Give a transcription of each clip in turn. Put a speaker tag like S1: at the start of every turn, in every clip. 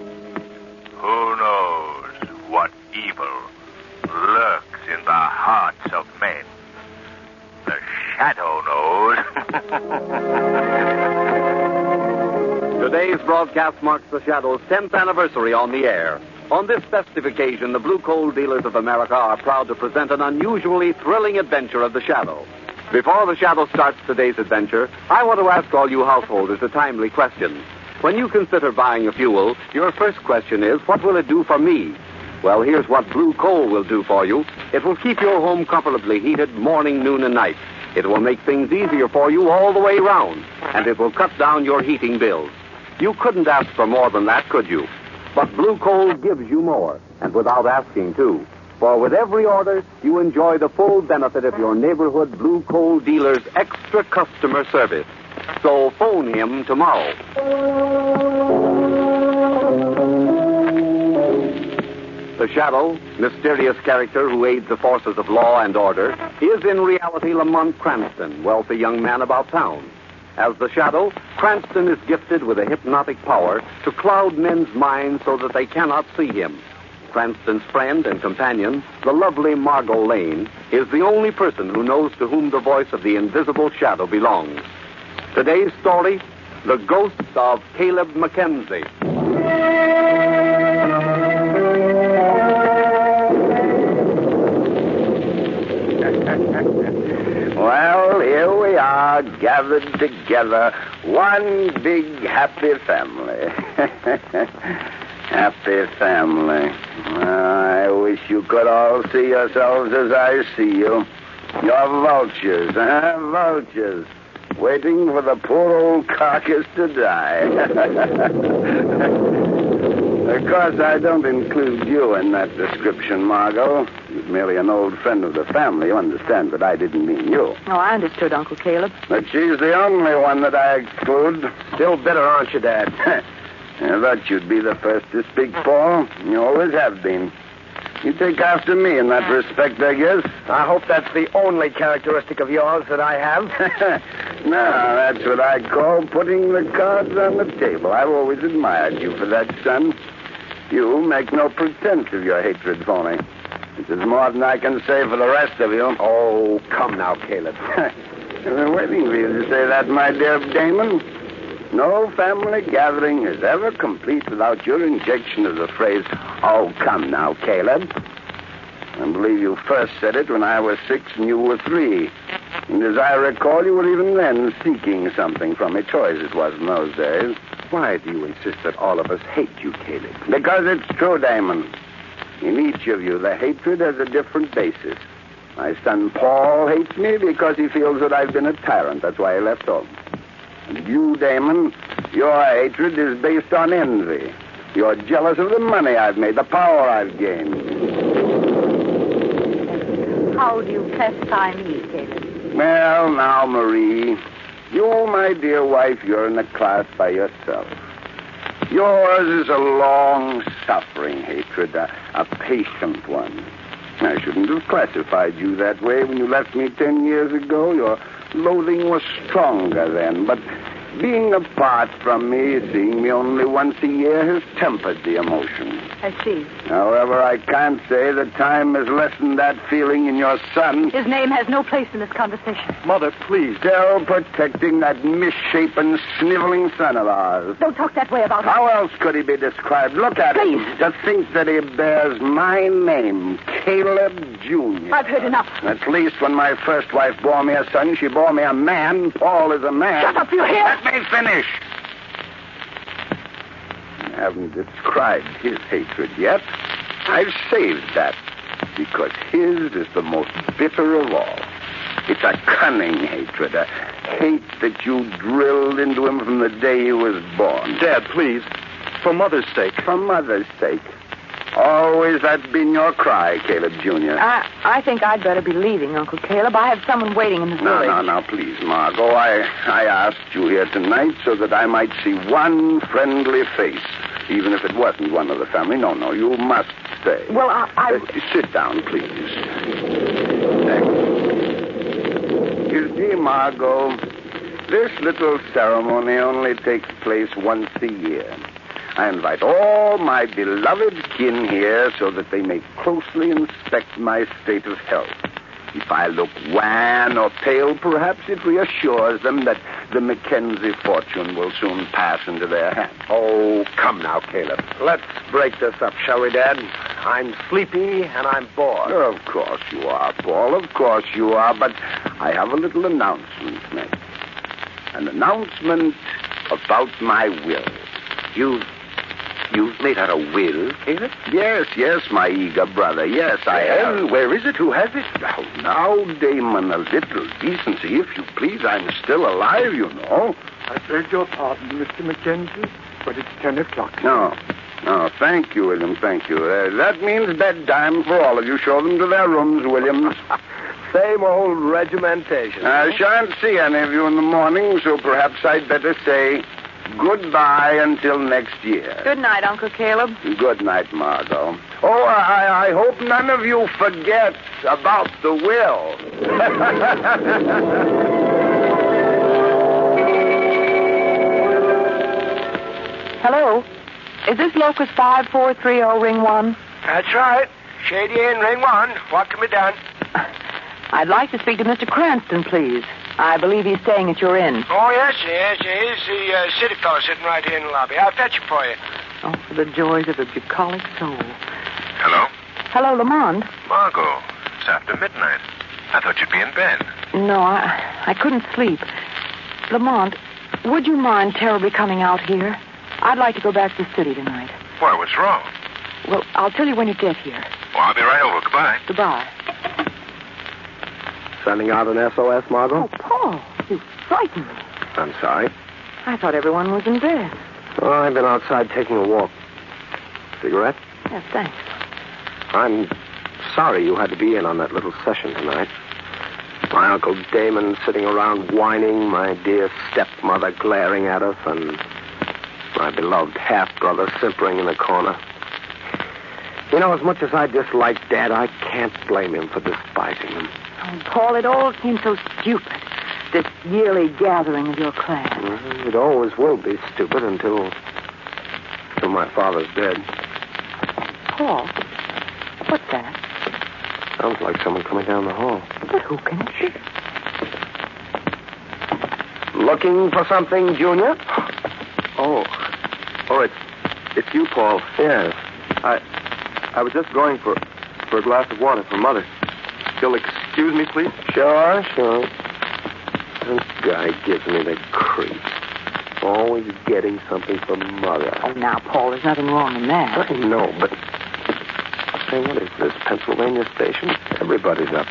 S1: Who knows what evil lurks in the hearts of men? The shadow knows.
S2: Today's broadcast marks the Shadow's 10th anniversary on the air. On this festive occasion, the Blue Coal Dealers of America are proud to present an unusually thrilling adventure of the Shadow. Before the Shadow starts today's adventure, I want to ask all you householders a timely question. When you consider buying a fuel, your first question is, what will it do for me? Well, here's what blue coal will do for you. It will keep your home comfortably heated morning, noon, and night. It will make things easier for you all the way round, and it will cut down your heating bills. You couldn't ask for more than that, could you? But blue coal gives you more, and without asking, too. For with every order, you enjoy the full benefit of your neighborhood blue coal dealer's extra customer service. So phone him tomorrow. The shadow, mysterious character who aids the forces of law and order, is in reality Lamont Cranston, wealthy young man about town. As the shadow, Cranston is gifted with a hypnotic power to cloud men's minds so that they cannot see him. Cranston's friend and companion, the lovely Margot Lane, is the only person who knows to whom the voice of the invisible shadow belongs. Today's story, The Ghost of Caleb Mackenzie.
S3: Well, here we are, gathered together, one big happy family. happy family. I wish you could all see yourselves as I see you. You're vultures, huh? Vultures. Waiting for the poor old carcass to die. of course, I don't include you in that description, Margot. You're merely an old friend of the family, you understand, but I didn't mean you.
S4: Oh, I understood, Uncle Caleb.
S3: But she's the only one that I exclude. Still bitter, aren't you, Dad? I thought you'd be the first to speak, Paul. You always have been. You take after me in that respect, I guess. I hope that's the only characteristic of yours that I have. now, that's what I call putting the cards on the table. I've always admired you for that, son. You make no pretense of your hatred, Phony. This is more than I can say for the rest of you. Oh, come now, Caleb. I've been waiting for you to say that, my dear Damon. No family gathering is ever complete without your injection of the phrase, oh, come now, Caleb. I believe you first said it when I was six and you were three. And as I recall, you were even then seeking something from me. Toys it was in those days. Why do you insist that all of us hate you, Caleb? Because it's true, Damon. In each of you, the hatred has a different basis. My son Paul hates me because he feels that I've been a tyrant. That's why he left home. And you, Damon, your hatred is based on envy. You're jealous of the money I've made, the power I've gained.
S5: How do you pacify me, Caleb?
S3: Well, now, Marie, you, my dear wife, you're in a class by yourself. Yours is a long suffering hatred, a, a patient one. I shouldn't have classified you that way when you left me ten years ago. Your loathing was stronger then, but being apart from me, seeing me only once a year, has tempered the emotion.
S5: I see.
S3: However, I can't say that time has lessened that feeling in your son.
S5: His name has no place in this conversation.
S3: Mother, please. Still protecting that misshapen, sniveling son of ours.
S5: Don't talk that way about him.
S3: How else could he be described? Look at him. To think that he bears my name, Caleb Jr.
S5: I've heard enough.
S3: At least when my first wife bore me a son, she bore me a man. Paul is a man.
S5: Shut up, you hear?
S3: Let me finish. haven't described his hatred yet. I've saved that because his is the most bitter of all. It's a cunning hatred, a hate that you drilled into him from the day he was born.
S4: Dad, please. For Mother's sake.
S3: For mother's sake. Always that's been your cry, Caleb Jr.
S5: I, I think I'd better be leaving, Uncle Caleb. I have someone waiting in the
S3: No,
S5: village.
S3: no, no, please, Margot. I, I asked you here tonight so that I might see one friendly face, even if it wasn't one of the family. No, no, you must stay.
S5: Well, I- I-
S3: Uh, sit down, please. Thank you. You see, Margot, this little ceremony only takes place once a year. I invite all my beloved kin here so that they may closely inspect my state of health. If I look wan or pale, perhaps it reassures them that the Mackenzie fortune will soon pass into their hands.
S4: Oh, come now, Caleb. Let's break this up, shall we, Dad? I'm sleepy and I'm bored.
S3: Oh, of course you are, Paul. Of course you are. But I have a little announcement to make. An announcement about my will.
S4: You've you've made out a will, Caleb?
S3: Yes, yes, my eager brother. Yes, I
S4: Well,
S3: have.
S4: where is it? Who has it?
S3: Now, now, Damon, a little decency, if you please. I'm still alive, you know.
S6: I beg your pardon, Mr. Mackenzie, but it's ten o'clock.
S3: No, no, Oh, thank you, William, thank you. Uh, that means bedtime for all of you. Show them to their rooms, Williams.
S4: Same old regimentation.
S3: I shan't see any of you in the morning, so perhaps I'd better say goodbye until next year.
S5: Good night, Uncle Caleb.
S3: Good night, Margot. Oh, I, I hope none of you forget about the will.
S5: Hello? Is this locus 5430 ring one?
S4: That's right. Shady Inn, ring one. What can be done?
S5: I'd like to speak to Mr. Cranston, please. I believe he's staying at your
S1: Hmm.
S5: inn.
S4: Oh, yes, yes, yes. He's the uh, city fellow sitting right here in the lobby. I'll fetch him for you.
S5: Oh, for the joys of a bucolic soul.
S1: Hello?
S5: Hello, Lamond.
S1: Margot, it's after midnight. I thought you'd be in bed.
S5: No, I, I couldn't sleep. Lamont, would you mind terribly coming out here? I'd like to go back to the city tonight.
S1: Why, what's wrong?
S5: Well, I'll tell you when you get here.
S1: Well, I'll be right over. Goodbye.
S5: Goodbye.
S4: Sending out an SOS,
S5: Oh,
S4: Margot?
S5: Paul, you frightened me.
S4: I'm sorry.
S5: I thought everyone was in bed.
S4: Oh, I've been outside taking a walk. Cigarette?
S5: Yes, thanks.
S4: I'm sorry you had to be in on that little session tonight. My Uncle Damon sitting around whining, my dear stepmother glaring at us, and my beloved half brother simpering in the corner. You know, as much as I dislike Dad, I can't blame him for despising him.
S5: Oh, Paul, it all seems so stupid. This yearly gathering of your class.
S4: Well, It always will be stupid until. until my father's dead.
S5: Paul, what's that?
S4: Sounds like someone coming down the hall.
S5: But who can it be?
S4: Looking for something, Junior? Oh. Oh, it's it's you, Paul. Yes. I I was just going for for a glass of water for Mother. You'll excuse me, please? Sure, sure. This guy gives me the creep. Always getting something for
S5: Oh,
S4: Mother.
S5: now, Paul, there's nothing wrong in that.
S4: I know, but say, what is this? Pennsylvania station? Everybody's up.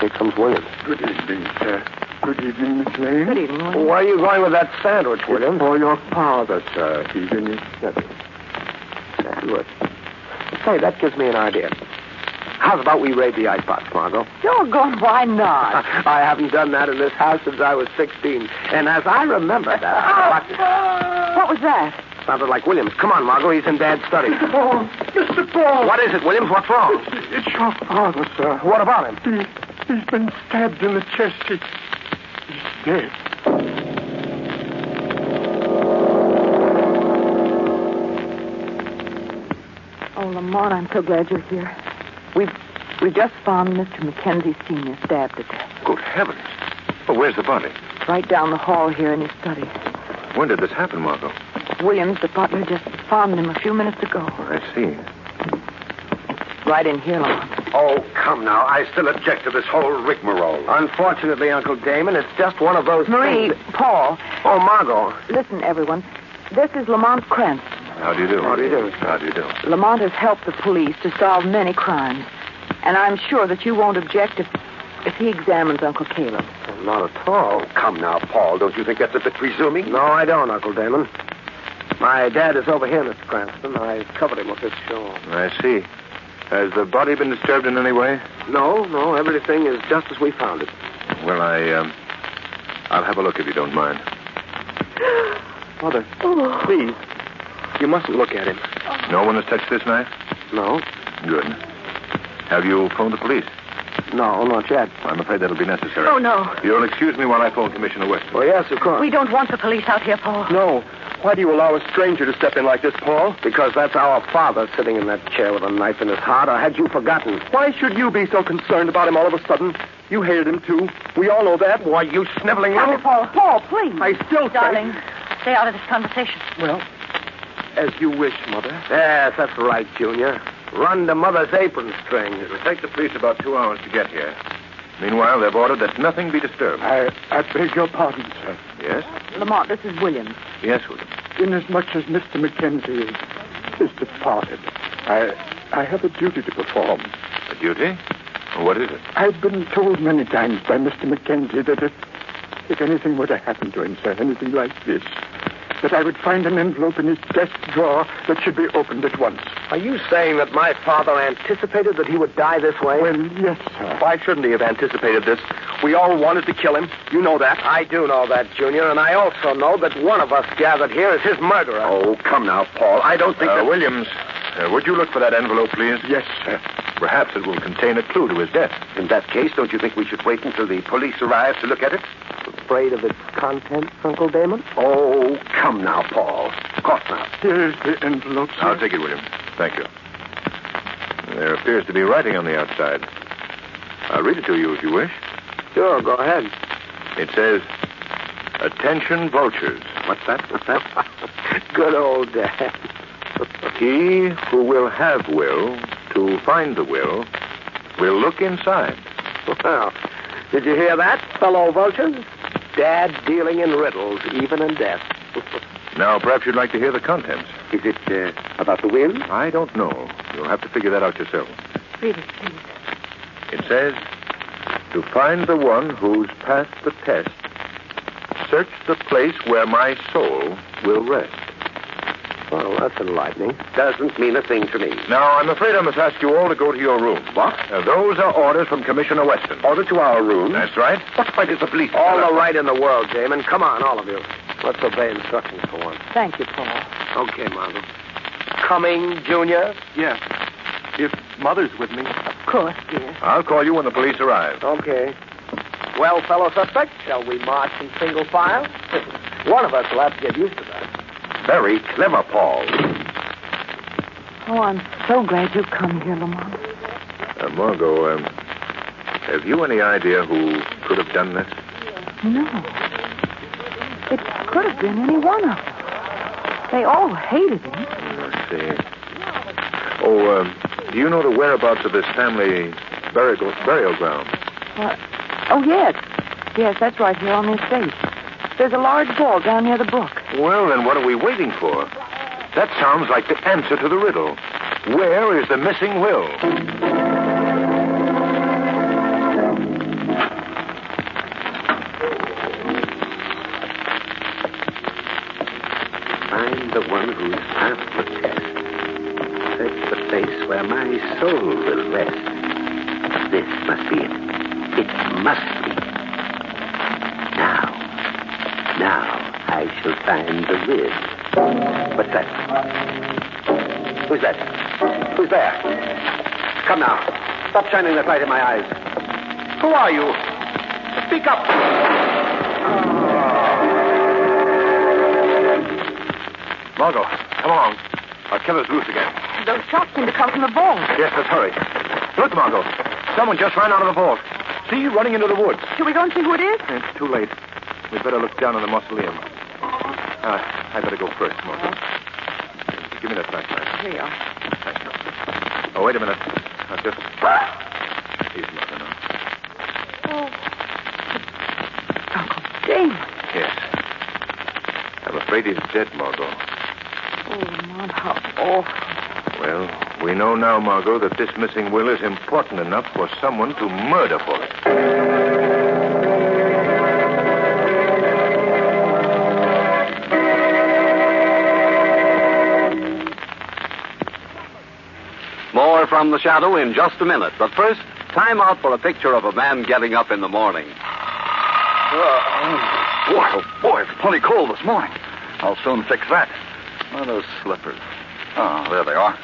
S4: Here comes Williams.
S6: Good evening, sir. Good evening, Miss Lane. Oh,
S5: Good evening, William.
S4: Where are you going with that sandwich, William?
S6: For your father, sir. He's in his study.
S4: Sandwich. Say, that gives me an idea. How's about we raid the icebox, Margot?
S5: Doggone, why not?
S4: I haven't done that in this house since I was 16. And as I remember that,
S5: What was that?
S4: sounded like Williams. Come on, Margot. He's in Dad's study.
S6: Paul! Mr. Paul!
S4: What is it, Williams? What's wrong?
S6: It's your father, sir.
S4: What about him?
S6: He, he's been stabbed in the chest. He, he's dead.
S5: Oh, Lamont, I'm so glad you're here. We've we just found Mr. Mackenzie Sr. stabbed to death.
S1: Good heavens. Well, where's the body?
S5: Right down the hall here in his study.
S1: When did this happen, Margot?
S5: Williams, the butler, just found him a few minutes ago.
S1: Oh, I see.
S5: Right in here, Lamont.
S3: Oh, come now. I still object to this whole rigmarole.
S4: Unfortunately, Uncle Damon, it's just one of those
S5: Marie,
S4: things.
S5: Paul,
S4: Oh, Margot.
S5: listen, everyone. This is Lamont Cranston.
S1: How do you do?
S4: How do you do?
S1: How do you do?
S5: Lamont has helped the police to solve many crimes. And I'm sure that you won't object if, if he examines Uncle Caleb.
S4: Not at all.
S1: Oh, Come now, Paul. Don't you think that's a bit presuming?
S4: No, I don't, Uncle Damon. My dad is over here, Mr. Cranston. I covered him with this shawl.
S1: I see. Has the body been disturbed in any way?
S4: No, no, everything is just as we found it.
S1: Well, I, um, I'll have a look if you don't mind.
S4: Mother, please, you mustn't look at him.
S1: No one has touched this knife?
S4: No,
S1: Good. Have you phoned the police?
S4: no, not yet.
S1: I'm afraid that'll be necessary.
S5: Oh, no.
S1: You'll excuse me while I phone Commissioner Weston.
S4: Well, yes, of course.
S5: We don't want the police out here, Paul.
S4: No. Why do you allow a stranger to step in like this, Paul? Because that's our father sitting in that chair with a knife in his heart, or had you forgotten? Why should you be so concerned about him all of a sudden? You hated him, too. We all know that. Why, you sniveling
S5: Stop it, Paul. Paul, please.
S4: I still
S5: Darling, stay out of this conversation.
S4: Well, as you wish, Mother.
S3: Yes, that's right, Junior. Run to Mother's apron string.
S1: It'll take the police about two hours to get here. Meanwhile, they've ordered that nothing be disturbed.
S6: I, I beg your pardon, sir.
S1: Yes?
S5: Lamont, this is Williams.
S1: Yes, William.
S6: Inasmuch as Mr. Mackenzie is, is departed, I, I have a duty to perform.
S1: A duty? What is it?
S6: I've been told many times by Mr. Mackenzie that if, if anything were to happen to him, sir, anything like this, that I would find an envelope in his desk drawer that should be opened at once.
S3: Are you saying that my father anticipated that he would die this way?
S6: Well, yes, sir.
S3: Why shouldn't he have anticipated this? We all wanted to kill him. You know that. I do know that, Junior, and I also know that one of us gathered here is his murderer.
S4: Oh, come now, Paul. I don't think
S1: Uh,
S4: that...
S1: Williams, uh, would you look for that envelope, please?
S6: Yes, sir.
S1: Perhaps it will contain a clue to his death.
S4: In that case, don't you think we should wait until the police arrive to look at it?
S3: Afraid of its contents, Uncle Damon?
S4: Oh, come now, Paul. Of course not.
S6: Here is the envelope, sir.
S1: I'll take it, William. Thank you. There appears to be writing on the outside. I'll read it to you if you wish.
S4: Sure, go ahead.
S1: It says, Attention vultures.
S4: What's that? What's that? Good old dad.
S1: He who will have will to find the will will look inside.
S4: Well, did you hear that, fellow vultures? Dad dealing in riddles, even in death.
S1: Now, perhaps you'd like to hear the contents.
S4: Is it uh, about the wind?
S1: I don't know. You'll have to figure that out yourself.
S5: Read it, please.
S1: It says, To find the one who's passed the test, search the place where my soul will rest.
S4: Well, that's enlightening. Doesn't mean a thing to me.
S1: Now, I'm afraid I must ask you all to go to your room. What?
S4: Uh,
S1: those are orders from Commissioner Weston.
S4: Order to our room.
S1: That's right.
S4: What right is the police? All the right in the world, Damon. Come on, all of you. Let's obey instructions for once.
S5: Thank you, Paul.
S4: Okay, Margot. Coming, Junior?
S6: Yes. If Mother's with me.
S5: Of course, dear.
S1: I'll call you when the police arrive.
S4: Okay. Well, fellow suspect, shall we march in single file? One of us will have to get used to that.
S1: Very clever, Paul.
S5: Oh, I'm so glad you've come here, Lamont.
S1: Uh, Margot, um, have you any idea who could have done this?
S5: No. It could have been any one of them. They all hated him.
S1: Let's see. Oh, um, do you know the whereabouts of this family burial, burial ground?
S5: What? Oh, yes. Yes, that's right here on the estate. There's a large ball down near the brook.
S1: Well, then what are we waiting for? That sounds like the answer to the riddle. Where is the missing will?
S4: Find the one who's passed the test. Search the place where my soul will rest. This must be it. It must be. Now. Now I shall find the will. What's that? Who's that? Who's there? Come now. Stop shining that light in my eyes. Who are you? Speak up.
S1: Margot, come along. Our killer's loose again.
S5: Those shots seem to come from the ball.
S1: Yes, let's hurry. Look, Margot. Someone just ran out of the vault. See, running into the woods. Eh,
S5: Shall we go and see who it is?
S1: It's too late. We'd better look down in the mausoleum. Uh, I better go first, Margot. Give me that flashlight.
S5: Here you are.
S1: Thank you. Oh, wait a minute. I'll just. He's not enough.
S5: James.
S1: Yes. I'm afraid he's dead, Margot.
S5: Oh, Lamont, how awful.
S1: Well, we know now, Margot, that this missing will is important enough for someone to murder for it.
S2: More from the shadow in just a minute. But first, time out for a picture of a man getting up in the morning.
S7: Boy, oh boy, it's plenty cold this morning. I'll soon fix that. Where are those slippers? Oh, there they are.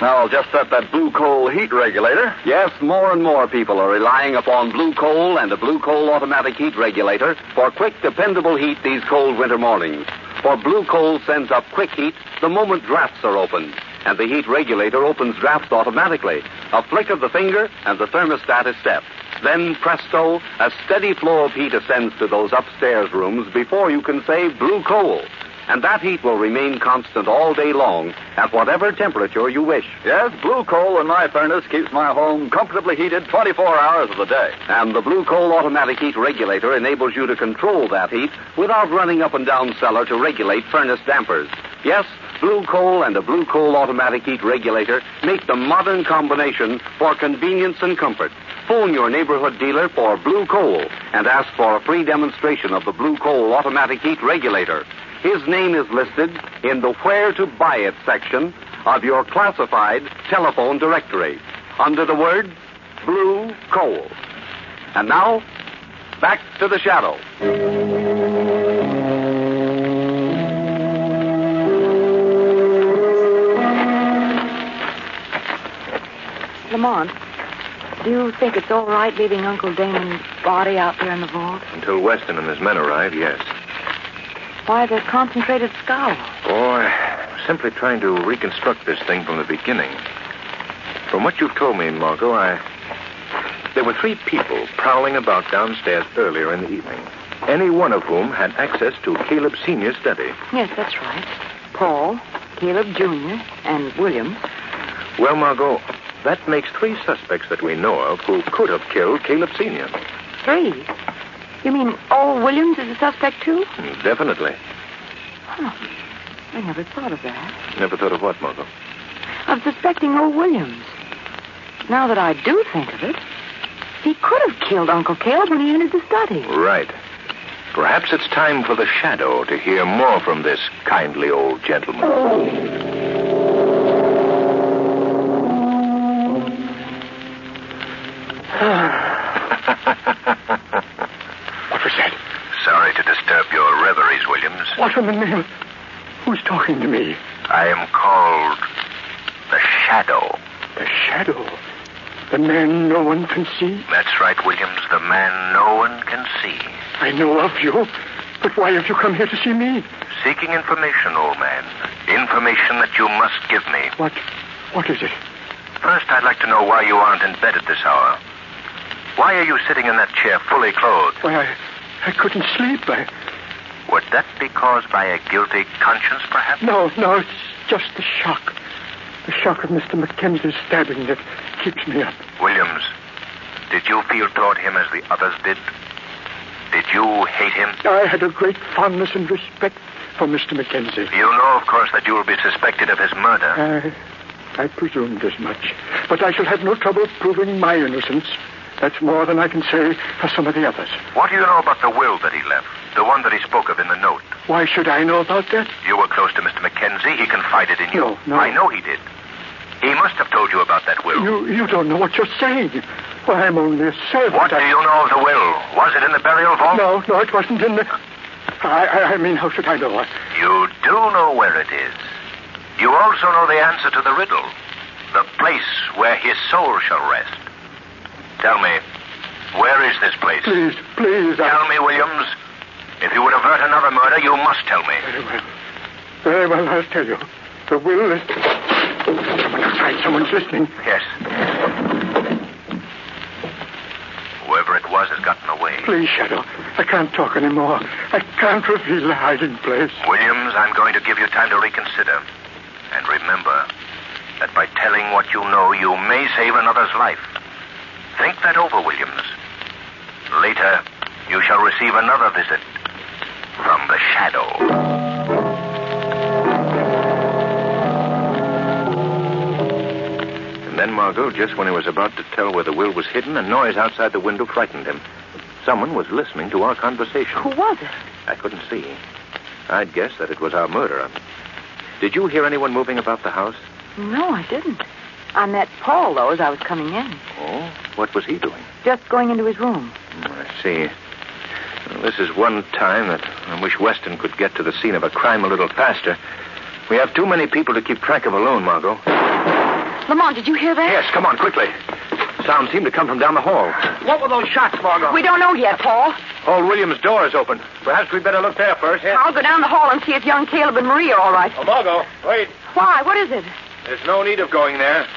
S7: Now I'll just set that blue coal heat regulator.
S2: Yes, more and more people are relying upon blue coal and a blue coal automatic heat regulator for quick, dependable heat these cold winter mornings. For blue coal sends up quick heat the moment drafts are opened, and the heat regulator opens drafts automatically. A flick of the finger, and the thermostat is set. Then, presto, a steady flow of heat ascends to those upstairs rooms before you can say blue coal. And that heat will remain constant all day long at whatever temperature you wish.
S7: Yes, blue coal in my furnace keeps my home comfortably heated 24 hours of the day.
S2: And the Blue Coal Automatic Heat Regulator enables you to control that heat without running up and down cellar to regulate furnace dampers. Yes, Blue Coal and a Blue Coal Automatic Heat Regulator make the modern combination for convenience and comfort. Phone your neighborhood dealer for Blue Coal and ask for a free demonstration of the Blue Coal Automatic Heat Regulator. His name is listed in the Where to Buy It section of your classified telephone directory under the word Blue Coal. And now, back to the shadow.
S5: Lamont, do you think it's all right leaving Uncle Damon's body out there in the vault?
S1: Until Weston and his men arrive, yes.
S5: Why the concentrated scowl?
S1: Or simply trying to reconstruct this thing from the beginning. From what you've told me, Margot, I. There were three people prowling about downstairs earlier in the evening, any one of whom had access to Caleb Sr.'s study.
S5: Yes, that's right. Paul, Caleb Jr., and William.
S1: Well, Margot, that makes three suspects that we know of who could have killed Caleb Sr.
S5: Three. You mean all Williams is a suspect, too?
S1: Definitely.
S5: I never thought of that.
S1: Never thought of what, Margot?
S5: Of suspecting old Williams. Now that I do think of it, he could have killed Uncle Caleb when he entered the study.
S1: Right. Perhaps it's time for the shadow to hear more from this kindly old gentleman.
S6: What was that?
S1: Sorry to disturb your reveries, Williams.
S6: What in the name? of- Who's talking to me?
S1: I am called the Shadow.
S6: The shadow. The man no one can see.
S1: That's right, Williams, the man no one can see.
S6: I know of you. But why have you come here to see me?
S1: Seeking information, old man. Information that you must give me.
S6: What? What is it?
S1: First, I'd like to know why you aren't in bed at this hour. Why are you sitting in that chair fully clothed?
S6: Why, I, I couldn't sleep. I,
S1: Would that be caused by a guilty conscience, perhaps?
S6: no, no, it's just the shock. The shock of Mr. Mackenzie's stabbing that keeps me up.
S1: Williams, did you feel toward him as the others did? Did you hate him?
S6: I had a great fondness and respect for Mr. Mackenzie.
S1: You know, of course, that you will be suspected of his murder.
S6: I, I presumed as much. But I shall have no trouble proving my innocence. That's more than I can say for some of the others.
S1: What do you know about the will that he left? The one that he spoke of in the note?
S6: Why should I know about that?
S1: You were close to Mr. Mackenzie. He confided in you.
S6: No, no.
S1: I know he did. He must have told you about that will.
S6: You, you don't know what you're saying. Well, I'm only a servant.
S1: What do
S6: I-
S1: you know of the will? Was it in the burial vault?
S6: No, no, it wasn't in the. I, I, I mean, how should I know? I,
S1: You do know where it is. You also know the answer to the riddle the place where his soul shall rest. Tell me, where is this place?
S6: please, please, I.
S1: Tell me, Williams. If you would avert another murder, you must tell me.
S6: Very well. Very well, I'll tell you. The will is. Someone outside, someone's listening.
S1: Yes. Whoever it was has gotten away.
S6: Please, Shadow. I can't talk anymore. I can't reveal the hiding place.
S1: Williams, I'm going to give you time to reconsider. And remember that by telling what you know, you may save another's life. Think that over, Williams. Later, you shall receive another visit from the shadow. Margot just when he was about to tell where the will was hidden. A noise outside the window frightened him. Someone was listening to our conversation.
S5: Who was it?
S1: I couldn't see. I'd guess that it was our murderer. Did you hear anyone moving about the house?
S5: No, I didn't. I met Paul, though, as I was coming in.
S1: Oh? What was he doing?
S5: Just going into his room.
S1: Hmm, I see. Well, this is one time that I wish Weston could get to the scene of a crime a little faster. We have too many people to keep track of alone, Margot.
S5: Lamont, did you hear that?
S1: Yes, come on, quickly. Sound seemed to come from down the hall. What were those shots, Margot?
S5: We don't know yet, Paul.
S1: Hall Williams' door is open. Perhaps we'd better look there first.
S5: I'll go down the hall and see if young Caleb and Marie are all right.
S1: Oh, Margot, wait.
S5: Why? What is it?
S1: There's no need of going there.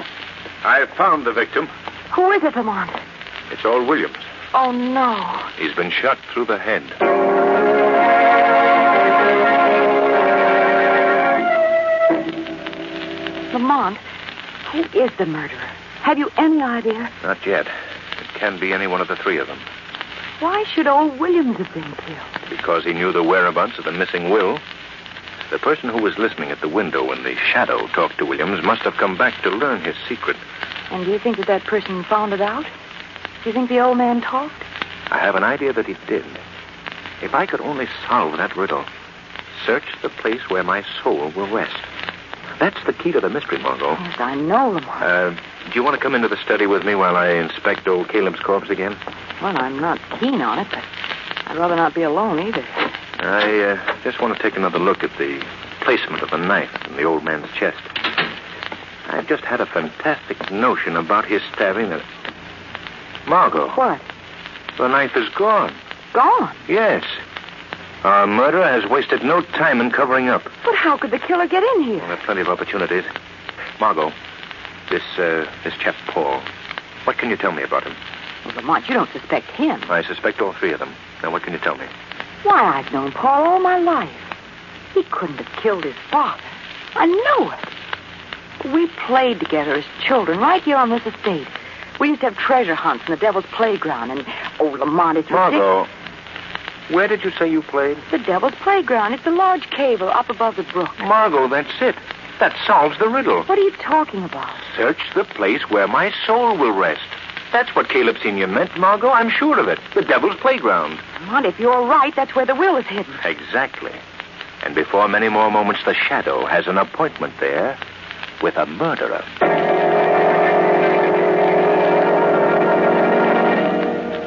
S1: I've found the victim.
S5: Who is it, Lamont?
S1: It's Hall Williams.
S5: Oh, no.
S1: He's been shot through the head.
S5: Lamont, who is the murderer? Have you any idea?
S1: Not yet. It can be any one of the three of them.
S5: Why should old Williams have been killed?
S1: Because he knew the whereabouts of the missing will. The person who was listening at the window when the shadow talked to Williams must have come back to learn his secret.
S5: And do you think that that person found it out? Do you think the old man talked?
S1: I have an idea that he did. If I could only solve that riddle, search the place where my soul will rest. That's the key to the mystery, Margot.
S5: Yes, I know, Lamont.
S1: Uh, do you want to come into the study with me while I inspect old Caleb's corpse again?
S5: Well, I'm not keen on it, but I'd rather not be alone either.
S1: I uh, just want to take another look at the placement of the knife in the old man's chest. I've just had a fantastic notion about his stabbing. That... Margot,
S5: What?
S1: the knife is gone.
S5: Gone?
S1: Yes. Our murderer has wasted no time in covering up.
S5: But how could the killer get in
S1: Well,
S5: here?
S1: there are plenty of opportunities. Margot, this uh, this chap Paul. What can you tell me about him?
S5: Well, Lamont, you don't suspect him.
S1: I suspect all three of them. Now, what can you tell me?
S5: Why, I've known Paul all my life. He couldn't have killed his father. I know it. We played together as children right here on this estate. We used to have treasure hunts in the Devil's Playground, and oh, Lamont, it's ridiculous.
S1: Margot, where did you say you played?
S5: The Devil's Playground. It's a large cable up above the brook.
S1: Margot, that's it. That solves the riddle.
S5: What are you talking about?
S1: Search the place where my soul will rest. That's what Caleb Senior meant, Margot. I'm sure of it. The Devil's Playground.
S5: Lamont, if you're right, that's where the will is hidden.
S1: Exactly. And before many more moments, the shadow has an appointment there with a murderer.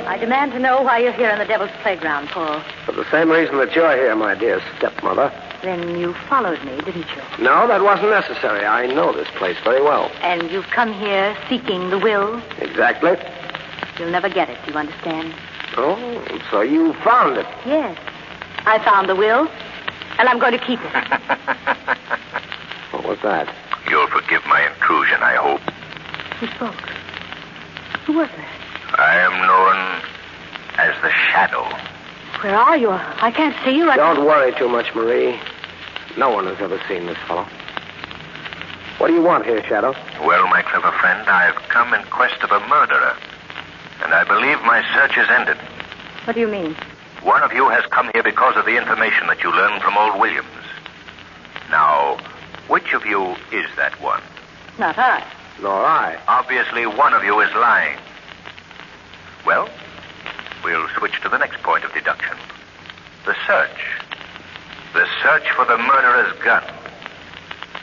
S8: I demand to know why you're here in the Devil's Playground, Paul.
S3: For the same reason that you're here, my dear stepmother.
S8: Then you followed me, didn't you?
S3: No, that wasn't necessary. I know this place very well.
S8: And you've come here seeking the will.
S3: Exactly.
S8: You'll never get it, do you understand?
S3: Oh, so you found it.
S8: Yes. I found the will, and I'm going to keep it.
S3: What was that?
S1: You'll forgive my intrusion, I hope.
S8: Who spoke? Who was that?
S1: I am known Ah, as the Shadow.
S8: Where are you? I can't see you. I...
S3: Don't worry too much, Marie. No one has ever seen this fellow. What do you want here, Shadow?
S1: Well, my clever friend, I've come in quest of a murderer. And I believe my search is ended.
S8: What do you mean?
S1: One of you has come here because of the information that you learned from old Williams. Now, which of you is that one?
S8: Not I.
S3: Nor I.
S1: Obviously, one of you is lying. Well, we'll switch to the next point of deduction the search. The search for the murderer's gun.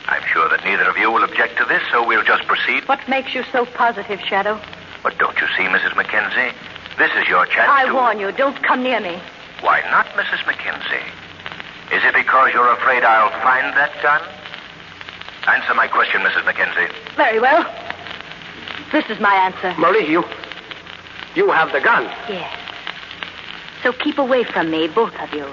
S1: I'm sure that neither of you will object to this, so we'll just proceed.
S8: What makes you so positive, Shadow?
S1: But don't you see, Mrs. Mackenzie? This is your chance
S8: I
S1: to.
S8: warn you, don't come near me.
S1: Why not, Mrs. Mackenzie? Is it because you're afraid I'll find that gun? Answer my question, Mrs. Mackenzie.
S8: Very well. This is my answer.
S3: Marie, you. You have the gun.
S8: Yes. So keep away from me, both of you.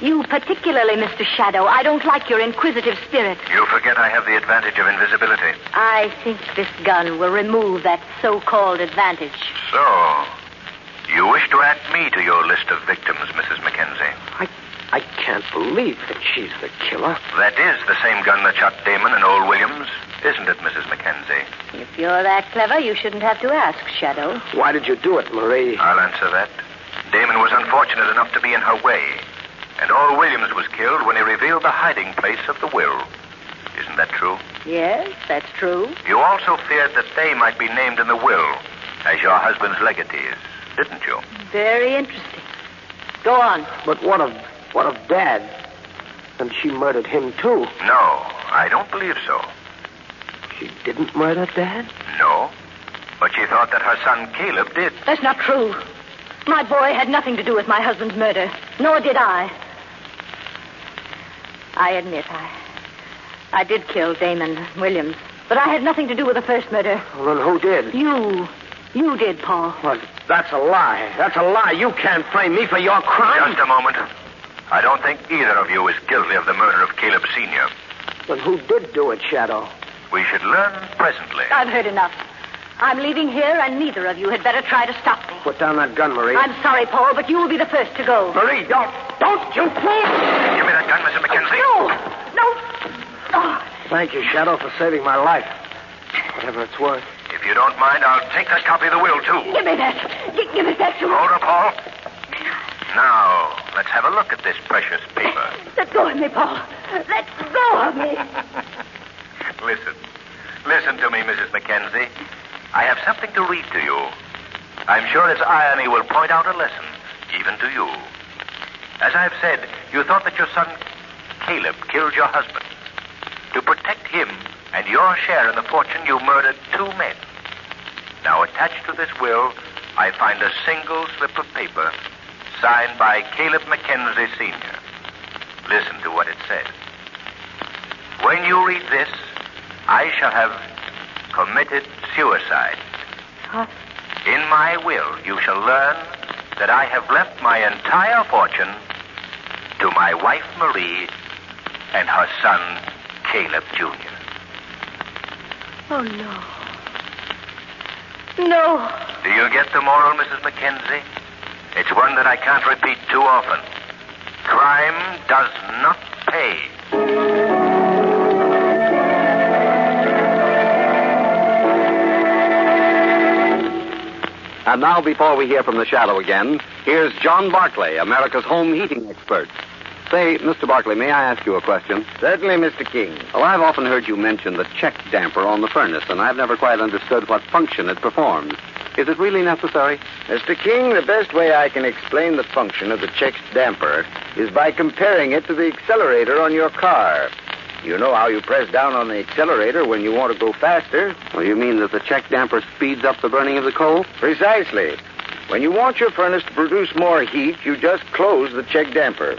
S8: You particularly, Mr. Shadow. I don't like your inquisitive spirit.
S1: You forget I have the advantage of invisibility.
S8: I think this gun will remove that so-called advantage.
S1: So, you wish to add me to your list of victims, Mrs. Mackenzie?
S3: I. I can't believe that she's the killer.
S1: That is the same gun that shot Damon and old Williams, isn't it, Mrs. Mackenzie?
S8: If you're that clever, you shouldn't have to ask, Shadow.
S3: Why did you do it, Marie?
S1: I'll answer that. Damon was unfortunate enough to be in her way, and old Williams was killed when he revealed the hiding place of the will. Isn't that true?
S8: Yes, that's true.
S1: You also feared that they might be named in the will as your husband's legatees, didn't you?
S8: Very interesting. Go on.
S9: But what of what of Dad? And she murdered him too.
S1: No, I don't believe so.
S9: She didn't murder Dad.
S1: No. But she thought that her son Caleb did.
S8: That's not true. My boy had nothing to do with my husband's murder, nor did I. I admit I, I did kill Damon Williams, but I had nothing to do with the first murder.
S9: Well, then who did?
S8: You, you did, Paul.
S9: Well, that's a lie. That's a lie. You can't blame me for your crime.
S1: Just a moment. I don't think either of you is guilty of the murder of Caleb Sr.
S9: Then who did do it, Shadow?
S1: We should learn presently.
S8: I've heard enough. I'm leaving here, and neither of you had better try to stop me.
S9: Put down that gun, Marie.
S8: I'm sorry, Paul, but you will be the first to go.
S9: Marie, don't, don't you please.
S1: Give me that gun, Mr. McKenzie.
S8: No, no. Oh,
S9: Thank you, Shadow, for saving my life. Whatever it's worth.
S1: If you don't mind, I'll take this copy of the will, too.
S8: give me that. Gi- give us that.
S1: Hold up, Paul. Now, let's have a look at this precious paper.
S8: Let go of me, Paul. Let go of me.
S1: Listen. Listen to me, Mrs. Mackenzie. I have something to read to you. I'm sure its irony will point out a lesson, even to you. As I've said, you thought that your son Caleb killed your husband. To protect him and your share in the fortune, you murdered two men. Now, attached to this will, I find a single slip of paper signed by Caleb Mackenzie Sr. Listen to what it says. When you read this, I shall have committed suicide.
S5: Huh?
S1: In my will, you shall learn that I have left my entire fortune to my wife Marie and her son Caleb Jr.
S5: Oh, no. No.
S1: Do you get the moral, Mrs. Mackenzie? It's one that I can't repeat too often. Crime does not pay.
S2: And now, before we hear from the shadow again, here's John Barclay, America's home heating expert. Say, Mr. Barclay, may I ask you a question? Certainly, Mr. King. Well, I've often heard you mention the check damper on the furnace, and I've never quite understood what function it performs. Is it really necessary?
S9: Mr. King, the best way I can explain the function of the check's damper is by comparing it to the accelerator on your car. You know how you press down on the accelerator when you want to go faster.
S2: Well, you mean that the check damper speeds up the burning of the coal?
S9: Precisely. When you want your furnace to produce more heat, you just close the check damper.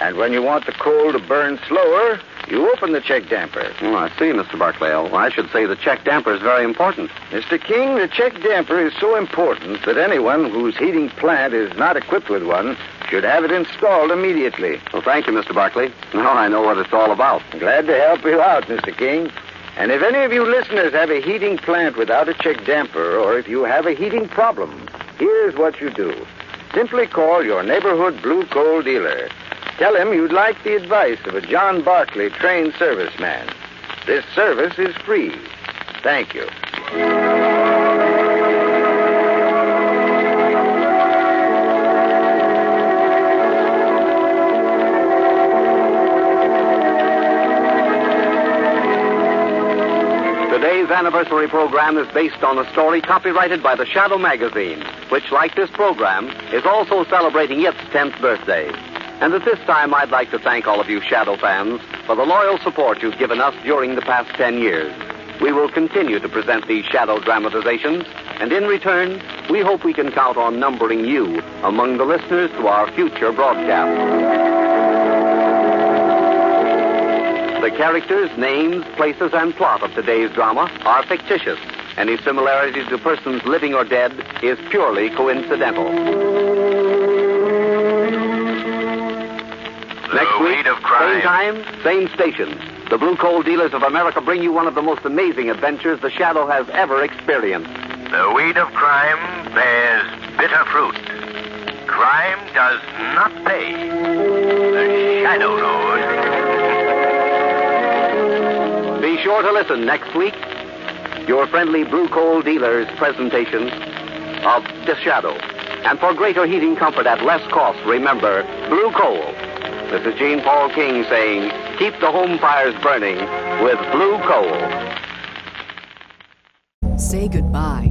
S9: And when you want the coal to burn slower, you open the check damper.
S2: Oh, I see, Mr. Barclay. Well, I should say the check damper is very important.
S9: Mr. King, the check damper is so important that anyone whose heating plant is not equipped with one should have it installed immediately.
S2: Well, thank you, Mr. Barclay. Now I know what it's all about.
S9: Glad to help you out, Mr. King. And if any of you listeners have a heating plant without a check damper, or if you have a heating problem, here's what you do. Simply call your neighborhood blue coal dealer. Tell him you'd like the advice of a John Barclay trained serviceman. This service is free. Thank you.
S2: Today's anniversary program is based on a story copyrighted by the Shadow Magazine, which, like this program, is also celebrating its 10th birthday. And at this time, I'd like to thank all of you Shadow fans for the loyal support you've given us during the past 10 years. We will continue to present these Shadow dramatizations, and in return, we hope we can count on numbering you among the listeners to our future broadcasts. The characters, names, places, and plot of today's drama are fictitious. Any similarity to persons living or dead is purely coincidental. Next
S1: the
S2: week,
S1: weed of crime.
S2: same time, same station. The Blue Coal Dealers of America bring you one of the most amazing adventures the Shadow has ever experienced.
S1: The weed of crime bears bitter fruit. Crime does not pay. The shadow knows.
S2: Be sure to listen next week. Your friendly Blue Coal Dealer's presentation of The Shadow. And for greater heating comfort at less cost, remember Blue Coal. This is Gene Paul King saying Keep the home fires burning with blue coal.
S10: Say goodbye